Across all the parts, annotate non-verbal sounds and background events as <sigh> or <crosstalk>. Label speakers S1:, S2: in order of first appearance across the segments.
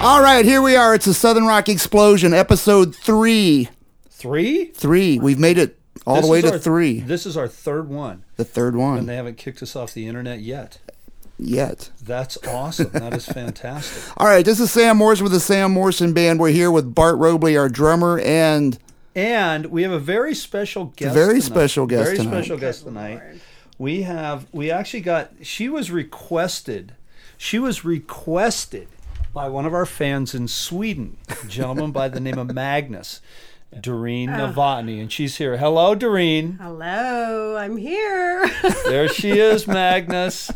S1: All right, here we are. It's the Southern Rock Explosion, episode three.
S2: Three?
S1: Three. We've made it all
S2: This
S1: the way
S2: is
S1: to
S2: our-
S1: three.
S2: This is our third one,
S1: The third
S2: and
S1: one
S2: they haven't kicked us off the internet yet.
S1: yet.
S2: That's awesome. that is fantastic.
S1: All right, this is Sam Morrison with the Sam Morrison Band. We're here with Bart Robley, our drummer, and
S2: <laughs> And we have a very special guest.
S1: very
S2: tonight.
S1: special guest
S2: Very
S1: tonight.
S2: special guest tonight. We have. We actually got. She was requested. She was requested by one of our fans in Sweden, a gentleman by the name of Magnus, Doreen Novotny, and she's here. Hello, Doreen.
S3: Hello, I'm here. <laughs>
S2: There she is, Magnus.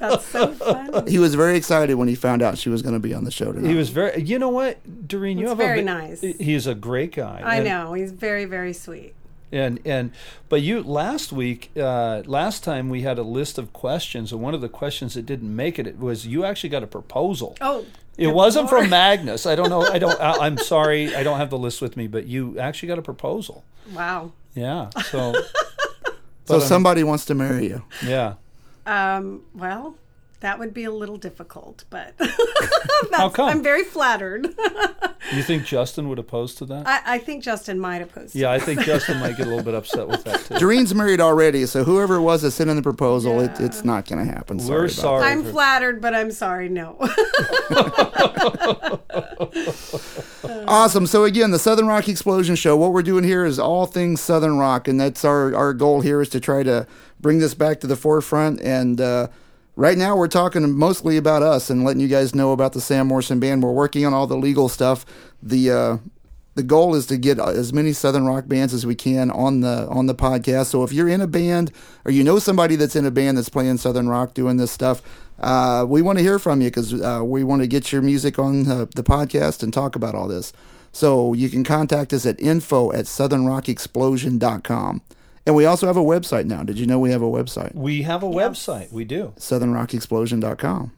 S3: That's so fun.
S1: he was very excited when he found out she was going to be on the show tonight.
S2: He was very. You know what, Doreen? You
S3: He's
S2: have
S3: very
S2: a,
S3: nice.
S2: He's a great guy.
S3: I
S2: and-
S3: know he's very, very sweet.
S2: And and but you last week, uh, last time we had a list of questions, and one of the questions that didn't make it, it was you actually got a proposal.
S3: Oh,
S2: It
S3: good
S2: wasn't
S3: lord.
S2: from Magnus. I don't know. I
S3: <laughs>
S2: don't. I, I'm sorry. I don't have the list with me, but you actually got a proposal.
S3: Wow.
S2: Yeah. So
S1: so somebody wants to marry you.
S2: yeah.
S3: Um, well, that would be a little difficult, but <laughs> that's,
S2: How come?
S3: I'm very flattered.
S2: You think Justin would oppose to that?
S3: I, I think Justin might oppose.
S2: yeah, I think Justin might get a little bit upset with that too.
S1: Doreen's married already, so whoever it was that sent in the proposal, it, it's not going to happen. <laughs> Sorry
S2: We're
S1: about
S2: sorry.
S3: I'm
S2: for-
S3: flattered, but I'm sorry. No. <laughs>
S1: Awesome. So again, the Southern Rock Explosion Show. What we're doing here is all things Southern Rock, and that's our our goal here is to try to bring this back to the forefront. And uh, right now, we're talking mostly about us and letting you guys know about the Sam Morrison Band. We're working on all the legal stuff. The uh, the goal is to get uh, as many Southern rock bands as we can on the on the podcast. So if you're in a band or you know somebody that's in a band that's playing Southern rock, doing this stuff, uh, we want to hear from you because uh, we want to get your music on uh, the podcast and talk about all this. So you can contact us at info at southernrockexplosion.com. And we also have a website now. Did you know we have a website?
S2: We have a website. We do.
S1: Southernrockexplosion.com.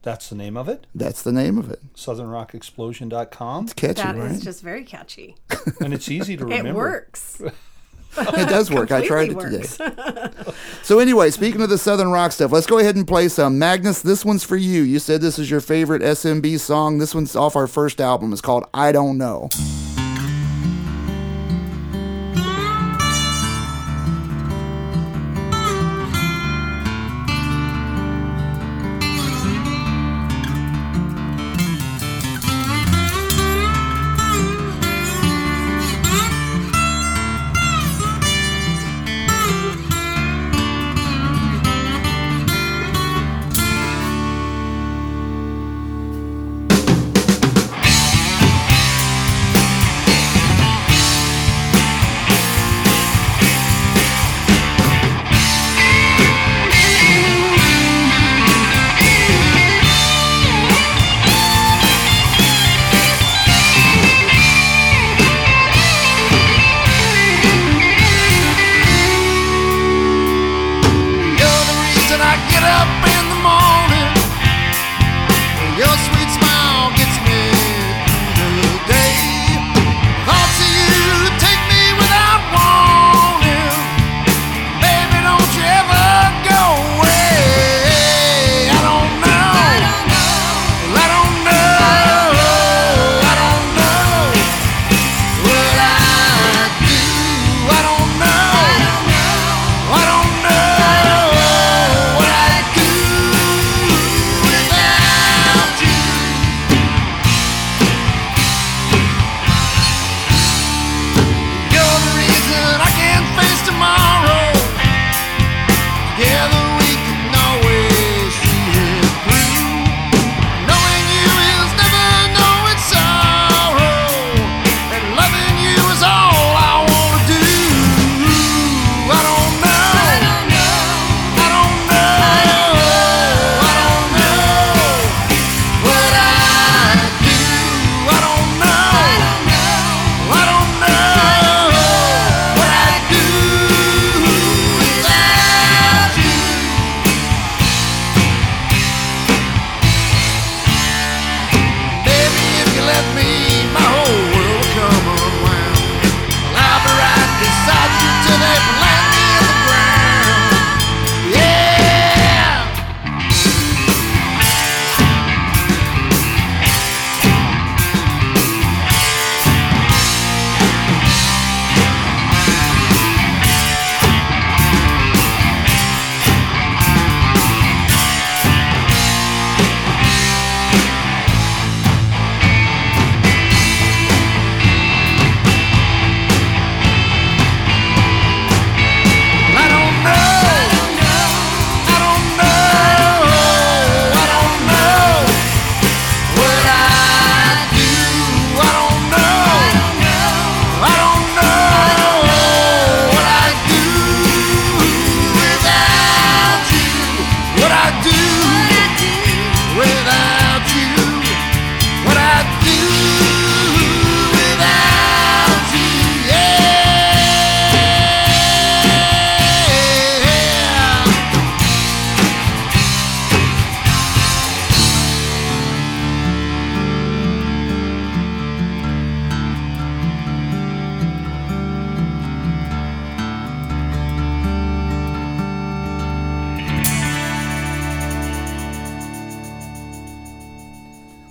S2: That's the name of it.
S1: That's the name of it.
S3: <laughs>
S2: SouthernRockExplosion.com,
S1: Catchy,
S3: that
S1: right?
S3: is just very catchy.
S2: and it's easy to
S3: It
S2: remember.
S3: works.
S1: it does work. I tried
S3: Completely
S1: it today.
S3: works.
S1: <laughs> So anyway, speaking of the Southern rock stuff, let's go ahead and play some. Magnus, this one's for you. You said this is your favorite SMB song. This one's off our first album. It's called I Don't Know.
S4: I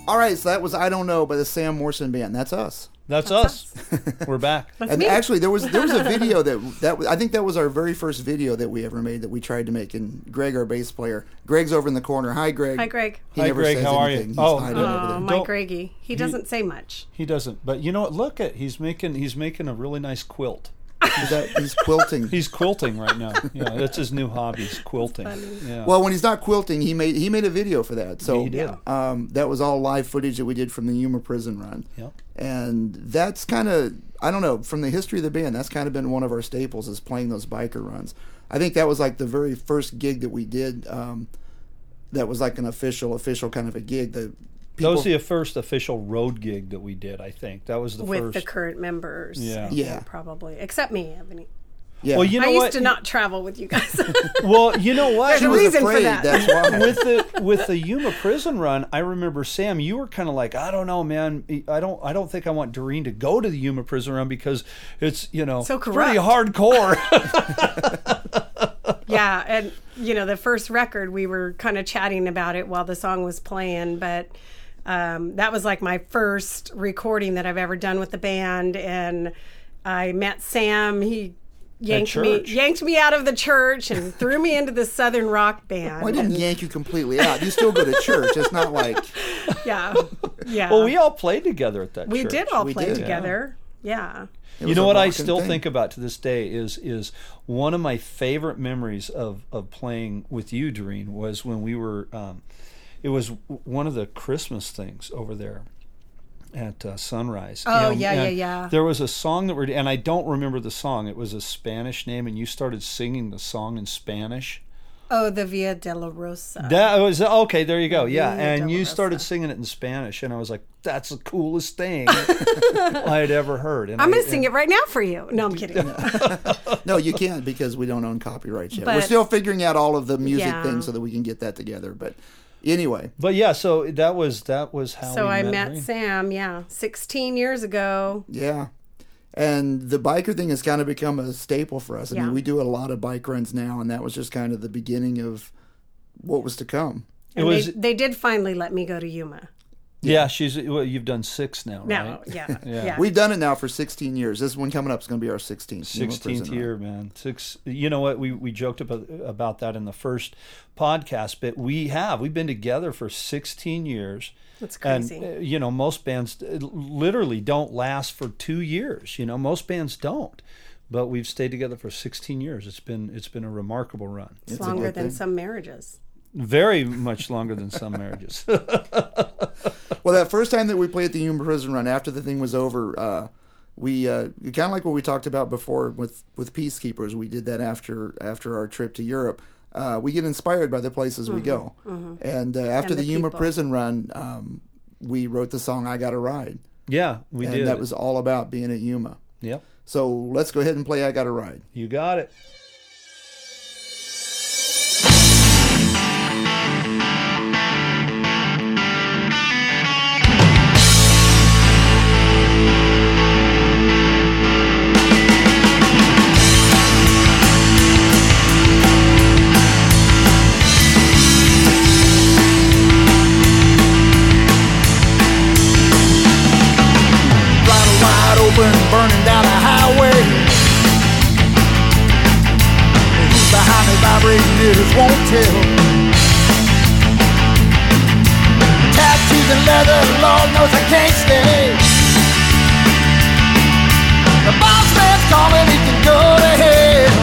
S1: All right, so that was I don't know by the Sam Morrison Band. That's us.
S2: That's, us. We're
S3: <laughs>
S2: back.
S3: That's
S1: and
S3: me.
S1: actually, there was there was a
S3: <laughs>
S1: video that that was- I think that was our very first video that we ever made that we tried to make. And Greg, our bass player, Greg's over in the corner. Hi, Greg.
S3: Hi, Greg.
S1: He
S2: Hi,
S1: never
S2: Greg,
S1: says
S2: how are you?
S1: anything. He's
S2: Oh.
S1: hiding over
S3: <laughs> Oh,
S1: there.
S3: my
S2: Don't-
S3: Greggy. He doesn't say much.
S2: He doesn't. But you know what? Look at he's making he's making a really nice quilt.
S1: He's, out- he's quilting.
S2: He's quilting right
S3: <laughs>
S2: now. Yeah, that's his new hobby. Is quilting. Yeah.
S1: well, when he's not quilting, he made he made a video for that. So
S2: he did.
S1: Um, that was all live footage that we did from the Yuma prison run.
S2: Yep.
S1: And that's kind of I don't know from the history of the band. That's kind of been one of our staples is playing those biker runs. I think that was like the very first gig that we did. Um, that was like an official official kind of a gig. The
S2: that
S1: people,
S2: was the first official road gig that we did. I think that was the
S3: With
S2: first.
S3: the current members.
S2: Yeah.
S3: I think,
S1: Yeah.
S3: Probably. Except me, Ebony.
S1: yeah.
S2: well, you know
S3: I used
S2: what?
S3: to not travel with
S2: <laughs>
S3: you guys.
S2: Well, you
S3: <laughs>
S2: know what?
S3: There's
S1: she
S3: a
S1: was
S3: reason for
S1: afraid.
S3: that.
S1: That's why.
S2: with the with the Yuma prison run, I remember Sam. You were kind of like, I don't know, man. I don't. I don't think I want Doreen to go to the Yuma prison run because it's you know
S3: So
S2: it's pretty
S3: corrupt.
S2: hardcore.
S3: <laughs> yeah. And, you know, the first record, we were kind of chatting about it while the song was playing, but. Um, that was like my first recording that I've ever done with the band, and I met Sam. He yanked me,
S2: church.
S3: yanked me out of the church, and threw me into the Southern rock band.
S1: I
S3: <laughs>
S1: didn't yank you completely out. You still go to church. It's not like
S3: yeah, yeah.
S2: well, we all played together at that.
S3: We
S2: church.
S3: did all
S1: We
S3: play
S1: did.
S3: together. Yeah.
S1: It
S2: you
S1: was
S2: know
S1: a
S2: what I
S1: rockin'
S2: still
S1: thing.
S2: think about to this day is is one of my favorite memories of of playing with you, Doreen, was when we were. Um, it was w- one of the Christmas things over there at uh, Sunrise.
S3: Oh,
S2: And-
S3: yeah, yeah,
S2: and
S3: yeah.
S2: There was a song that we're and I don't remember the song. It was a Spanish name, and you started singing the song in Spanish.
S3: Oh, the Via de la Rosa.
S2: That was okay. There you go. Yeah,
S3: Villa
S2: and you
S3: Dolorosa.
S2: started singing it in Spanish, and I was like, "That's the coolest thing <laughs> I had ever heard." And
S3: I'm
S2: I-
S3: going to
S2: and-
S3: sing it right now for you. No, I'm kidding.
S2: <laughs>
S1: No, you can't because we don't own copyrights yet. We're
S3: But-
S1: still figuring out all of the music
S3: Yeah.
S1: things so that we can get that together. But anyway,
S2: But yeah, so that was that was how.
S3: so
S2: we
S3: I
S2: Oh, met,
S3: met
S2: Marie.
S3: Sam, yeah, 16 years ago.
S1: yeah. And the biker thing has kind of become a staple for us. I
S3: Yeah.
S1: mean, we do a lot of bike runs now, and that was just kind of the beginning of what was to come.
S2: It
S3: And
S2: was
S3: they, they did finally let me go to Yuma.
S2: yeah. She's well, you've done six now,
S3: No,
S2: right?
S3: yeah, <laughs> yeah.
S1: We've done it now for 16 years. This one coming up is going to be our 16th. Yuma
S2: Sixteenth
S1: Prison Run.
S2: year, man. Six. You know what? We we joked about about that in the first podcast, but we have we've been together for sixteen years.
S3: That's
S2: And
S3: crazy.
S2: uh, you know, most bands uh, literally don't last for two years. You know, most bands don't. But we've stayed together for 16 years. It's been it's been a remarkable run.
S3: it's
S1: a
S3: longer
S1: good
S3: than
S1: thing.
S3: some marriages.
S2: Very much longer than some marriages. <laughs>
S1: Well, that first time that we played the Yuma Prison Run after the thing was over, uh, we uh, kind of like what we talked about before with with peacekeepers. We did that after after our trip to Europe. Uh, we get inspired by the places we go, and uh, after
S3: Mm-hmm. And
S1: the,
S3: the
S1: Yuma
S3: people.
S1: Prison Run, um, we wrote the song "I Got a Ride,"
S2: yeah, we
S1: and
S2: did.
S1: that was all about being at Yuma.
S2: yep.
S1: So let's go ahead and play "I Got a Ride."
S2: You got it.
S1: Throttle wide open, burning down the highway. Who's behind me vibrating, needles won't tell. Tattoos and leather, Lord knows I can't stay. The boss man's calling, he can go to hell.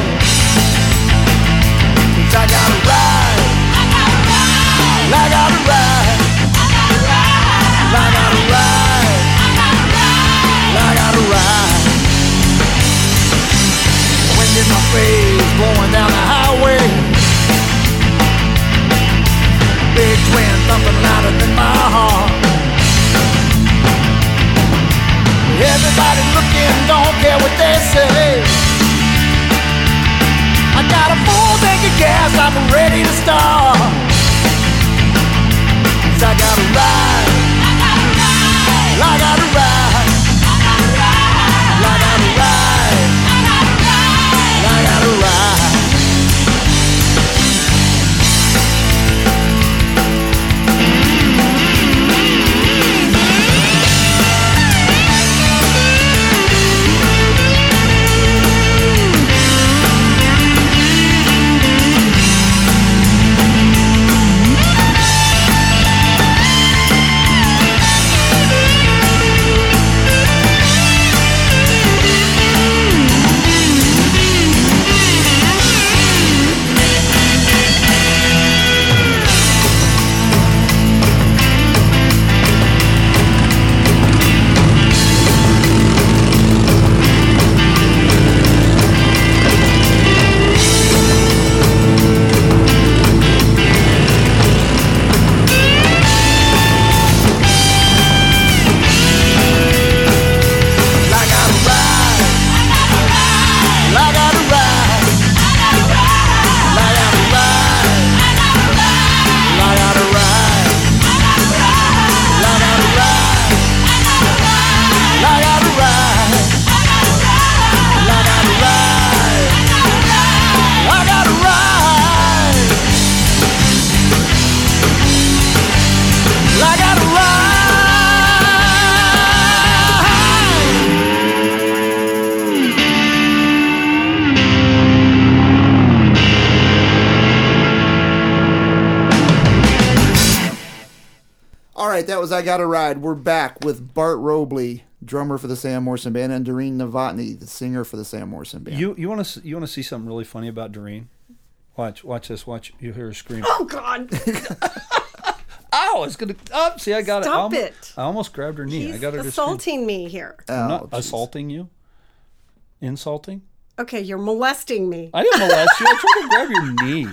S1: 'Cause I gotta ride. I gotta ride. I gotta ride. I gotta ride. Wind in my face, blowing down the highway. Big twin thumping louder than my heart. Everybody looking, don't care what they say. I got a full tank of gas, I'm ready to start. 'Cause I gotta ride. I gotta ride. I gotta ride. I gotta ride. was I Got a Ride. We're back with Bart Robley, drummer for the Sam Morrison Band, and Doreen Novotny, the singer for the Sam Morrison Band.
S2: You you want to you want to see something really funny about Doreen? Watch watch this. Watch you hear her
S3: <gasps>
S2: scream.
S3: Oh God!
S2: Ow! It's gonna. Oh, see, I got
S3: Stop
S2: it. I almo-
S3: it.
S2: I almost grabbed her knee. I
S3: He's
S2: got her to scream.
S3: assaulting me here.
S2: I'm not
S1: Oh, jeez.
S2: assaulting you. Insulting.
S3: Okay, you're molesting me.
S2: I didn't molest you. I tried to grab your knee.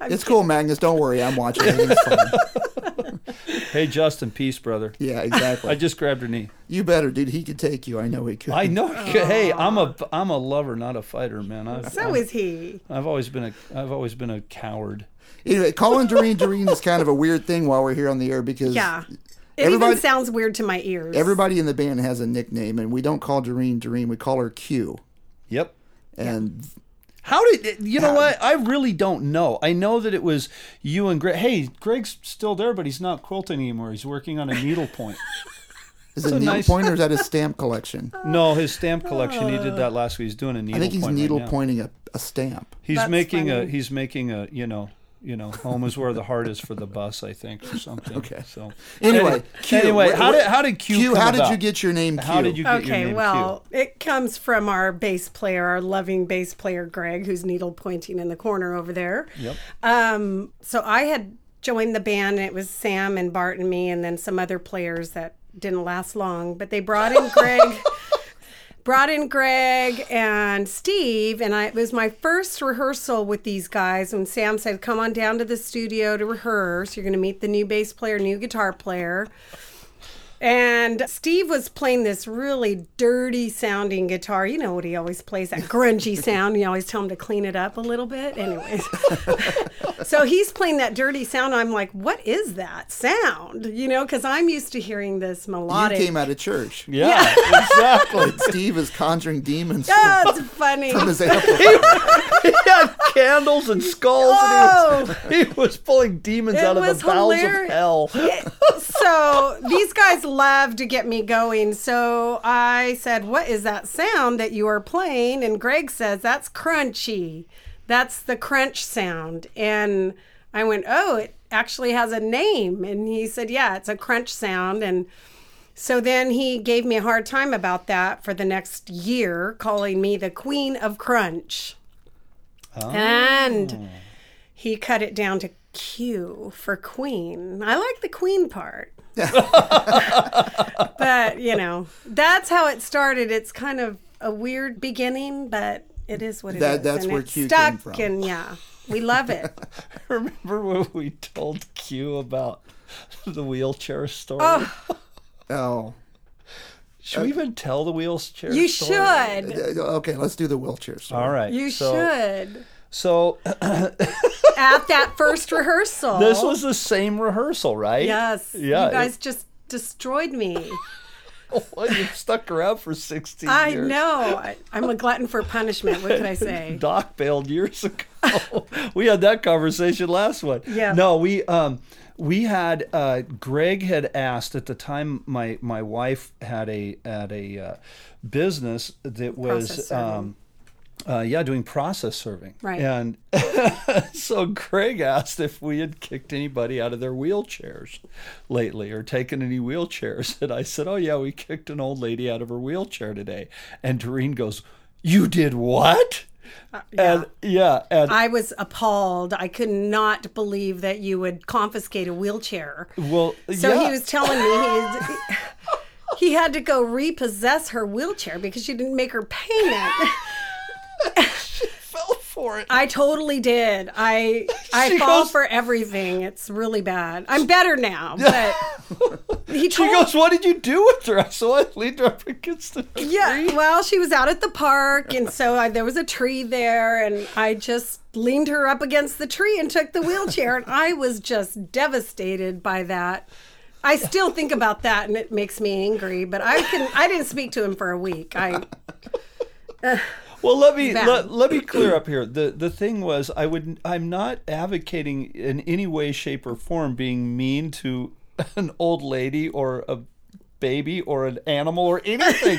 S1: It's cool, Magnus. Don't worry. I'm watching.
S2: <laughs>
S1: It's fine.
S2: Hey, Justin, peace, brother.
S1: yeah,
S2: I
S1: exactly.
S2: just grabbed her knee.
S1: You better, dude. He could take you. I know he could.
S2: I
S3: <laughs>
S2: know. <laughs> Hey, I'm a I'm a lover, not a fighter, man. I've,
S3: so
S2: I've,
S3: is he.
S2: I've always been a I've always been a coward.
S1: Anyway, calling Doreen Doreen is kind of a weird thing while we're here on the air because
S3: Yeah. It
S1: Everybody-
S3: even sounds weird to my ears.
S1: everybody in the band has a nickname, and we don't call Doreen Doreen. We call her Q.
S2: Yep.
S1: And
S2: How did you know what? I really don't know. I know that it was you and Greg. Hey, Greg's still there, but he's not quilting anymore. He's working on a
S1: <laughs>
S2: needlepoint.
S1: is it needle
S2: nice-
S1: pointer? Is that his stamp collection?
S2: no, his stamp collection. He did that last week. He's doing a needlepoint.
S1: Uh, I think he's
S2: right
S1: needle
S2: now.
S1: pointing a, a stamp.
S2: He's
S3: That's
S2: making a
S3: funny.
S2: he's making a you know you know home is where the heart is for the bus I think or something. Okay. So
S1: Anyway, Q,
S2: anyway,
S1: wh-
S2: how
S1: wh-
S2: did how did Q?
S1: Q,
S2: come
S1: how did
S2: about?
S1: you get your name? Q?
S2: How did you get your
S3: Okay,
S2: name
S3: well, it comes from our bass player, our loving bass player Greg, who's needle pointing in the corner over there.
S2: Q? Yep.
S3: Um, so I had joined the band, and it was Sam and Bart and me, and then some other players that didn't last long. But they brought
S2: <laughs>
S3: in Greg, brought in Greg and Steve, and I, it was my first rehearsal with these guys. When Sam said, "Come on down to the studio to rehearse. You're going to meet the new bass player, new guitar player." And Steve was playing this really dirty sounding guitar. You know what he always plays
S1: <laughs>
S3: that grungy sound. You always tell him to clean it up a little bit. Anyways, so he's playing that dirty sound. I'm like, what is that sound? You know, because I'm used to hearing this
S1: You
S3: melodic.
S1: came out of church. <laughs>
S2: Yeah, <laughs> exactly.
S1: Steve is conjuring demons
S3: <laughs> That's funny.
S1: from his apple.
S2: <laughs> he had candles and skulls,
S3: Oh,
S2: and he was, <laughs> he was pulling demons
S3: It
S2: out of the
S3: was
S2: bowels
S3: hilarious.
S2: of hell.
S3: <laughs> so these guys love to get me going. So I said, What is that sound that you are playing? And Greg says, That's crunchy. That's the crunch sound. And I went, Oh, it actually has a name. And he said, Yeah, it's a crunch sound. And so then he gave me a hard time about that for the next year, calling me the queen of crunch.
S1: Oh.
S3: And he cut it down to Q for queen. I like the
S1: <laughs>
S3: queen part. but, you know, that's how it started. It's kind of a weird beginning, but it is what it is.
S1: That- that's
S3: and
S1: where
S3: it's
S1: Q came
S3: stuck
S1: from.
S3: and yeah. We
S1: <laughs>
S3: love it.
S2: <laughs> Remember when we told Q about the wheelchair story?
S1: Oh,
S2: should we even tell the wheelchair
S3: You
S2: story?
S1: Uh,
S3: should.
S1: okay. Let's do the wheelchair. story.
S2: All right.
S3: You
S2: so,
S3: should.
S2: So
S3: At that
S1: <laughs>
S3: first rehearsal.
S2: this was the same rehearsal, right?
S3: Oh. Yes.
S2: Yeah.
S3: You
S2: <laughs>
S3: guys
S2: it-
S3: just destroyed
S2: <laughs>
S3: me.
S2: well, you stuck around for 16
S3: I
S2: years.
S3: know. I, I'm a glutton for punishment. What could
S2: <laughs>
S3: I say?
S2: Doc bailed years ago. <laughs> we had that conversation last one.
S3: Yeah.
S2: No, we um we had uh Greg had asked at the time my my wife had a had a uh, business that was
S3: Process serving.
S2: um uh, yeah, doing process serving.
S3: Right.
S2: And so Greg asked if we had kicked anybody out of their wheelchairs lately or taken any wheelchairs. And I said, Oh, yeah, we kicked an old lady out of her wheelchair today. And Doreen goes, You did what? And yeah, and
S3: Uh, I was appalled. I could not believe that you would confiscate a wheelchair.
S2: well,
S3: So
S2: yeah.
S3: he was telling me he, he had to go repossess her wheelchair because she didn't make her payment.
S2: <laughs> fell for it.
S3: I totally did. I I
S2: She
S3: fall
S2: goes-
S3: for everything. It's really bad. I'm better now,
S2: <laughs>
S3: but he
S2: She
S3: told
S2: goes, What did you do with her? I saw it leaned her up against the tree.
S3: Yeah, well, she was out at the park, and so I, there was a tree there, and I just leaned her up against the tree and took the wheelchair, and I was just devastated by that. I still think about that, and it makes me angry. But I can I didn't speak to him for a week. I
S2: Well, let me
S3: Bad.
S2: let, let me clear up here. the The thing was, I would I'm not advocating <laughs> in any way, shape, or form being mean to an old lady or a baby or an animal or
S3: <laughs>
S2: anything.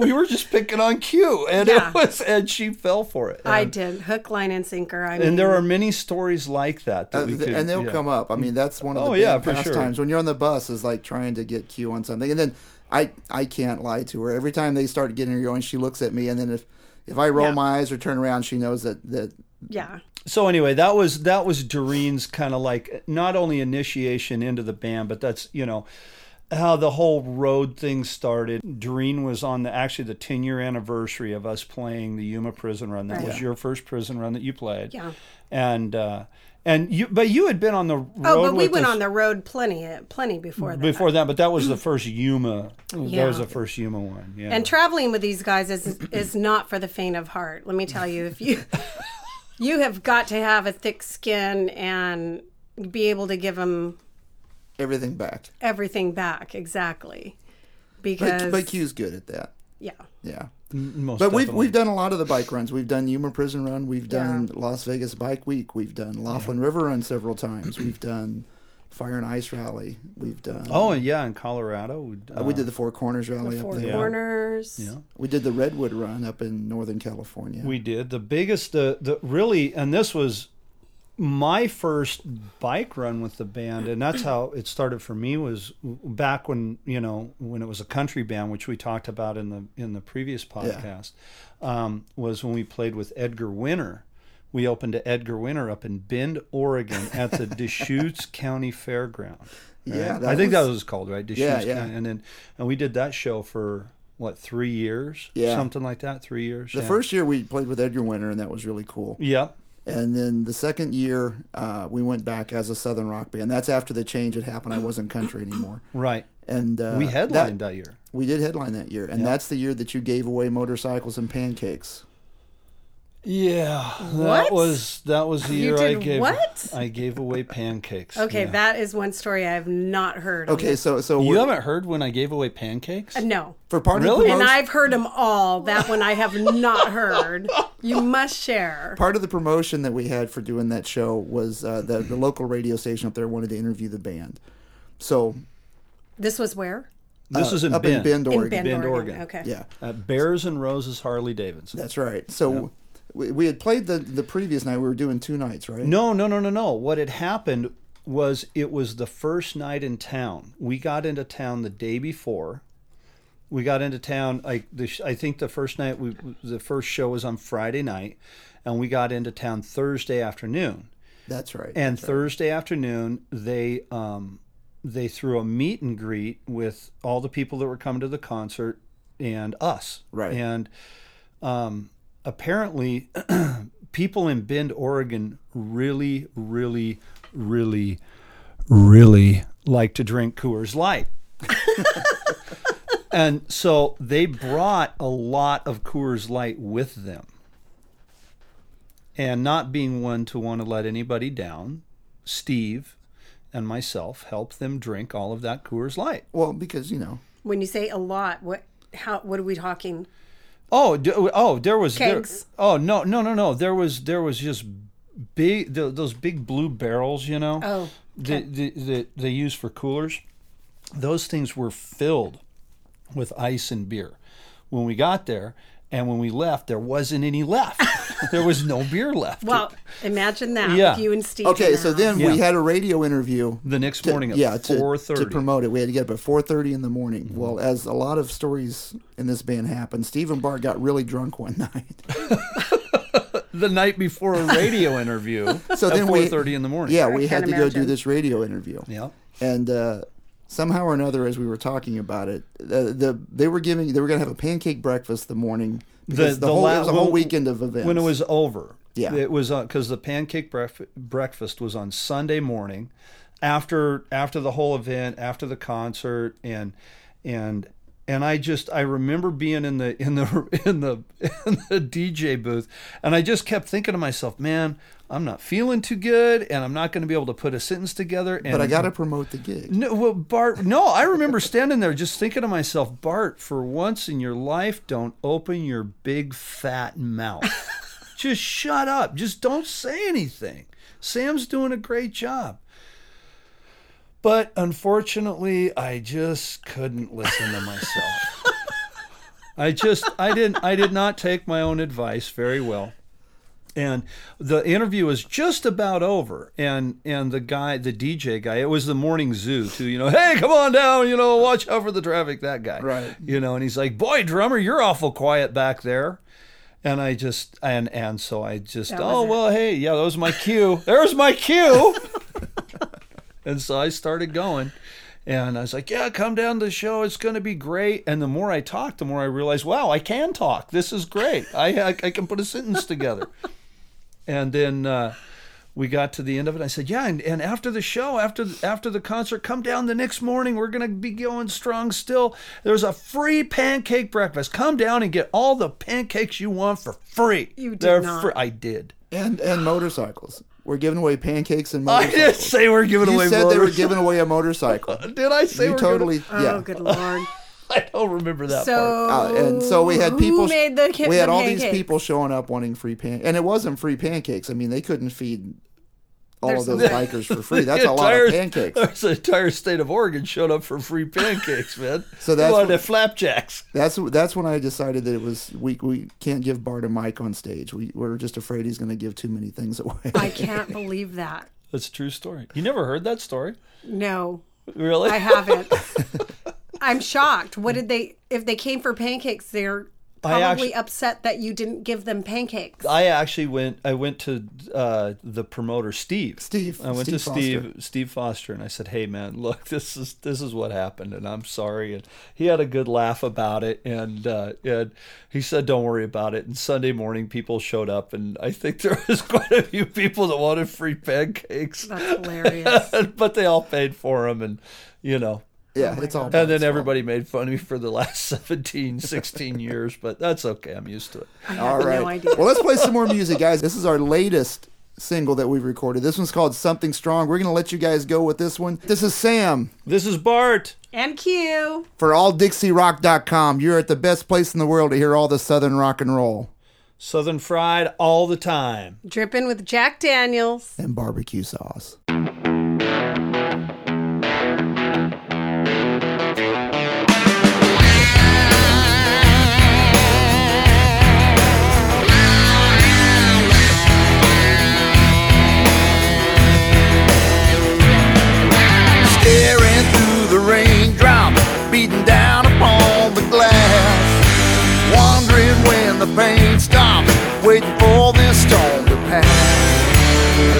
S2: we were just picking on cue, and
S3: Yeah.
S2: it was, and she fell for it.
S3: I
S2: And-
S3: did hook, line, and sinker. I mean,
S2: And there are many stories like that that
S1: Uh,
S2: we
S1: th-
S2: could,
S1: and they'll
S2: yeah.
S1: come up. I mean, that's one of the
S2: Oh,
S1: big
S2: yeah, for sure.
S1: pastimes when you're on the bus is like trying to get Q on something, and then I I can't lie to her. Every time they start getting her going, she looks at me, and then if if I roll
S3: Yeah.
S1: my eyes or turn around, she knows that that
S3: yeah,
S2: So anyway, that was that was Doreen's kind of like not only initiation into the band, but that's you know how the whole road thing started. Doreen was on the actually the ten year anniversary of us playing the Yuma prison run. That
S3: Right.
S2: was your first prison run that you played.
S3: Yeah.
S2: and uh, and you but you had been on the road.
S3: Oh, but we
S2: with
S3: went
S2: us
S3: on the road plenty, plenty before that.
S2: before that, but that was
S3: <clears throat>
S2: the first Yuma. That
S3: Yeah.
S2: was the first Yuma one. Yeah.
S3: And traveling with these guys is is not for the faint of heart. Let me tell you, if
S1: <laughs>
S3: you you have got to have a thick skin and be able to give them
S1: everything back.
S3: everything back exactly. Because
S1: But, but Q's good at that.
S3: yeah,
S1: Yeah.
S2: Most
S1: But we've
S2: definitely.
S1: we've done a lot of the bike runs. We've done Yuma Prison Run. We've done Las Vegas Bike Week. We've done Laughlin River Run several times. We've done Fire and Ice Rally. We've done.
S2: oh yeah, in Colorado we,
S1: uh, we did the Four Corners Rally up
S3: four
S1: there.
S3: corners.
S1: We did the Redwood Run up in Northern California.
S2: We did the biggest the the really and this was my first bike run with the band and that's how it started for me was back when you know when it was a country band which we talked about in the in the previous podcast um, was when we played with Edgar Winter we opened to Edgar Winter up in Bend Oregon
S1: <laughs>
S2: at the Deschutes County Fairground right?
S1: Yeah, that
S2: I think that was
S1: was-
S2: what it's called right Deschutes
S1: yeah.
S2: County and then and we did that show for what 3 years
S1: Yeah.
S2: something like that 3 years
S1: The
S2: yeah.
S1: first year we played with Edgar Winter, and that was really cool.
S2: yeah
S1: And then the second year, uh, we went back as a Southern rock band. That's after the change had happened. I wasn't country anymore.
S2: Right.
S1: And uh,
S2: We headlined
S1: that,
S2: that, year.
S1: We did headline that year, and that's the year that you gave away motorcycles and pancakes.
S2: Yeah. That
S3: What?
S2: was that was the
S3: You
S2: year I
S3: did
S2: gave
S3: what?
S2: I gave away pancakes.
S3: Okay,
S2: Yeah.
S3: that is one story I have not heard. on
S1: Okay,
S3: this.
S1: so so
S2: Oh, you
S1: we're-
S2: haven't heard when I gave away pancakes?
S3: no.
S1: for part
S2: Really?
S1: of the
S3: And
S1: promo-
S3: I've heard them all. That one I have not heard. You must share.
S1: part of the promotion that we had for doing that show was uh, the the local radio station up there wanted to interview the band. So
S3: This was where?
S2: This is Uh, in
S1: up
S2: Bend.
S1: in Bend,
S3: In
S1: Oregon.
S3: Bend,
S2: Bend, Oregon.
S3: Oregon. Okay.
S1: Yeah.
S2: At Bears and Roses Harley Davidson.
S1: That's right. So we, we had played the the previous night. We were doing two nights, right?
S2: No, no, no, no, no. What had happened was it was the first night in town. We got into town the day before. We got into town like the, sh- I think the first night we the first show was on Friday night, and we got into town Thursday afternoon.
S1: That's right.
S2: And Thursday afternoon, they um, they threw a meet and greet with all the people that were coming to the concert and us.
S1: Right.
S2: And um, apparently, <clears throat> people in Bend, Oregon, really, really, really, really like to drink Coors Light. <laughs> and so they brought a lot of Coors Light with them and not being one to want to let anybody down, Steve and myself helped them drink all of that Coors Light.
S1: well, because you know,
S3: When you say a lot, what how what are we talking?
S2: Oh, d- oh, there was there-
S3: Kegs.
S2: oh no, no, no, no. There was there was just big th those big blue barrels, you know.
S3: Oh,
S2: That the, the, they use for coolers. Those things were filled with ice and beer. When we got there and when we left, there wasn't any
S3: <laughs>
S2: left. there was no beer left.
S3: Well, imagine that.
S2: Yeah.
S3: with You and Steve.
S1: okay.
S3: in
S1: So
S3: the
S1: then
S2: Yeah.
S1: we had a radio interview.
S2: the next
S1: to-
S2: morning at
S1: yeah, to,
S2: four
S1: to
S2: thirty. Mm-hmm.
S1: promote it, we had to get up at four thirty in the morning. Well, as a lot of stories in this band happen, Stephen Barr got really drunk one <laughs> night.
S2: the night before a radio interview
S1: <laughs> So
S2: at
S1: then we-
S2: 4.30 in the morning.
S1: yeah, we
S3: I
S1: had to
S3: can't
S1: go do
S3: imagine.
S1: this radio interview.
S2: Yeah.
S1: and uh, somehow or another, as we were talking about it, the, the they were giving they were going to have a pancake breakfast the morning. because the, whole,
S2: la-
S1: it was a whole
S2: when-
S1: weekend of events.
S2: When it was over.
S1: Yeah.
S2: It was because the pancake bref- breakfast was on Sunday morning after after the whole event, after the concert and and and I just I remember being in the in the <laughs> in the in the DJ booth and I just kept thinking to myself, man, I'm not feeling too good and I'm not going to be able to put a sentence together and
S1: but I got to promote the gig.
S2: No, well, Bart. No, I remember standing there just thinking to myself, Bart. For once in your life, don't open your big fat mouth. just shut up. Just don't say anything. Sam's doing a great job. But unfortunately, I just couldn't listen to myself. I just I didn't I did not take my own advice very well. And the interview was just about over, and and the guy, the DJ guy, it was the morning zoo too. You know, hey, come on down, you know, watch out for the traffic. That guy,
S1: Right.
S2: You know, and he's like, boy, drummer, you're awful quiet back there. And I just and and so I just
S3: That was
S2: oh
S3: it.
S2: well hey yeah that was my cue there's my
S3: <laughs>
S2: cue. And so I started going. And I was like, yeah, come down to the show. It's going to be great. And the more I talked, the more I realized, wow, I can talk. This is great. I, I, I can put a sentence together. And then uh, we got to the end of it. I said, "Yeah." And, and after the show, after the, after the concert, come down the next morning. We're gonna be going strong still. There's a free pancake breakfast. Come down and get all the pancakes you want for free.
S3: You did
S2: They're
S3: not.
S2: free. I did.
S1: And and motorcycles. We're giving away pancakes and
S2: I didn't
S1: motorcycles.
S2: say we're giving
S1: you
S2: away.
S1: said they were
S2: motors.
S1: giving away a motorcycle.
S2: <laughs> Did I say
S1: you
S2: we're giving-
S1: totally
S3: Oh,
S1: yeah. <laughs>
S3: good lord.
S2: <laughs> I don't remember that. part. <laughs>
S3: So
S1: Uh, and so we had people.
S3: Who made the
S1: we had
S3: the
S1: all these
S3: pancakes?
S1: people showing up wanting free pan, and it wasn't free pancakes. I mean, they couldn't feed all
S3: There's-
S1: of those bikers for free. That's a lot of pancakes.
S2: There's <laughs> the entire state of Oregon showed up for free pancakes, man.
S1: <laughs> So that's
S2: They wanted
S1: what-
S2: flapjacks. <laughs>
S1: That's that's when I decided that it was we we can't give Bart a mic on stage. We we're just afraid he's going to give too many things away.
S3: <laughs> I can't believe that.
S2: That's a true story. You never heard that story,
S3: No,
S2: really?
S3: I
S1: <laughs>
S3: haven't. I'm shocked. What did they? If they came for pancakes, they're
S2: I
S3: probably
S2: actu-
S3: upset that you didn't give them pancakes.
S2: I actually went. I went to uh, the promoter, Steve.
S1: Steve,
S2: I went
S1: Steve
S2: to Steve, Steve Foster, and I said, "Hey, man, look, <laughs> this is this is what happened, and I'm sorry." And he had a good laugh about it, and uh, and he said, "Don't worry about it." And Sunday morning, people showed up, and I think <laughs> there was quite a few people that wanted free pancakes,
S3: That's hilarious.
S2: <laughs> but they all paid for them, and you know.
S1: yeah, it's all.
S2: And
S1: Bart's
S2: then
S1: fault.
S2: everybody made fun of me for the last <laughs> 17, 16 years, but that's okay. I'm used to it.
S3: I
S1: All
S3: have
S1: right.
S3: no idea.
S1: Well, let's play some more music, guys. This is our latest single that we've recorded. This one's called Something Strong. We're going to let you guys go with this one. This is Sam
S2: This is Bart.
S3: and Q.
S1: for alldixirock.com. You're at the best place in the world to hear all the southern rock and roll
S2: Southern fried all the time.
S3: Dripping with Jack Daniels.
S1: and barbecue sauce.
S4: Staring through the raindrop, beating down upon the glass. Wondering when the pain stops, waiting for this storm to pass.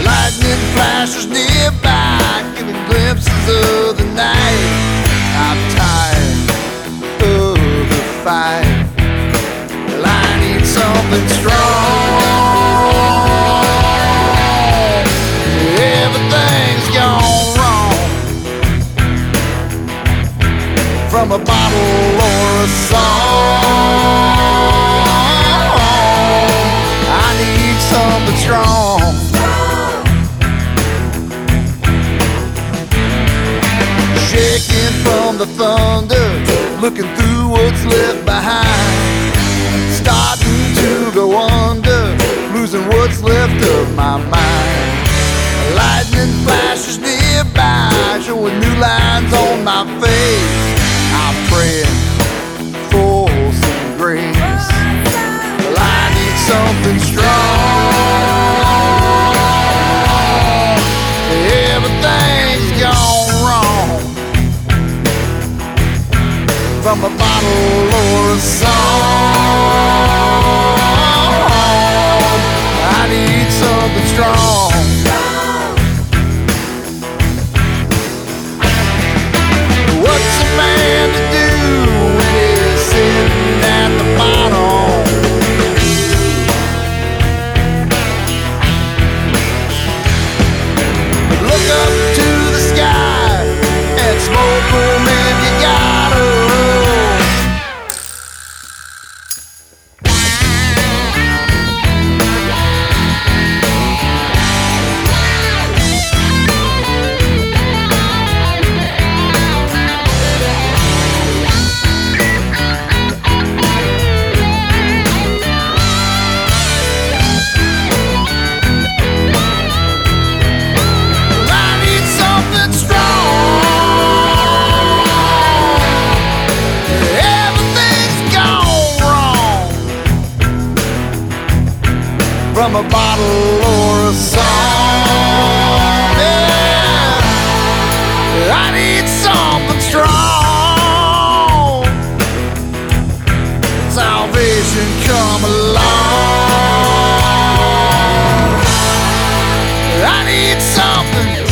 S4: Lightning flashes nearby, giving glimpses of the night. I'm tired of the fight. Well, I need something strong. Everything's gone wrong from a bottle or a song. I need something strong. Shaking from the thunder, looking through what's left behind. Starting to go under, losing what's left of my mind. Lightning flashes nearby, showing new lines on my face. I'm praying for some grace. Well, I need something strong. Everything's gone wrong. From a bottle or a song, I need something strong. What's a man to do when he's sitting at the bottom? Look up to the sky and smoke 'em if you got 'em. from a bottle or a song. Yeah. I need something strong. Salvation come along. I need something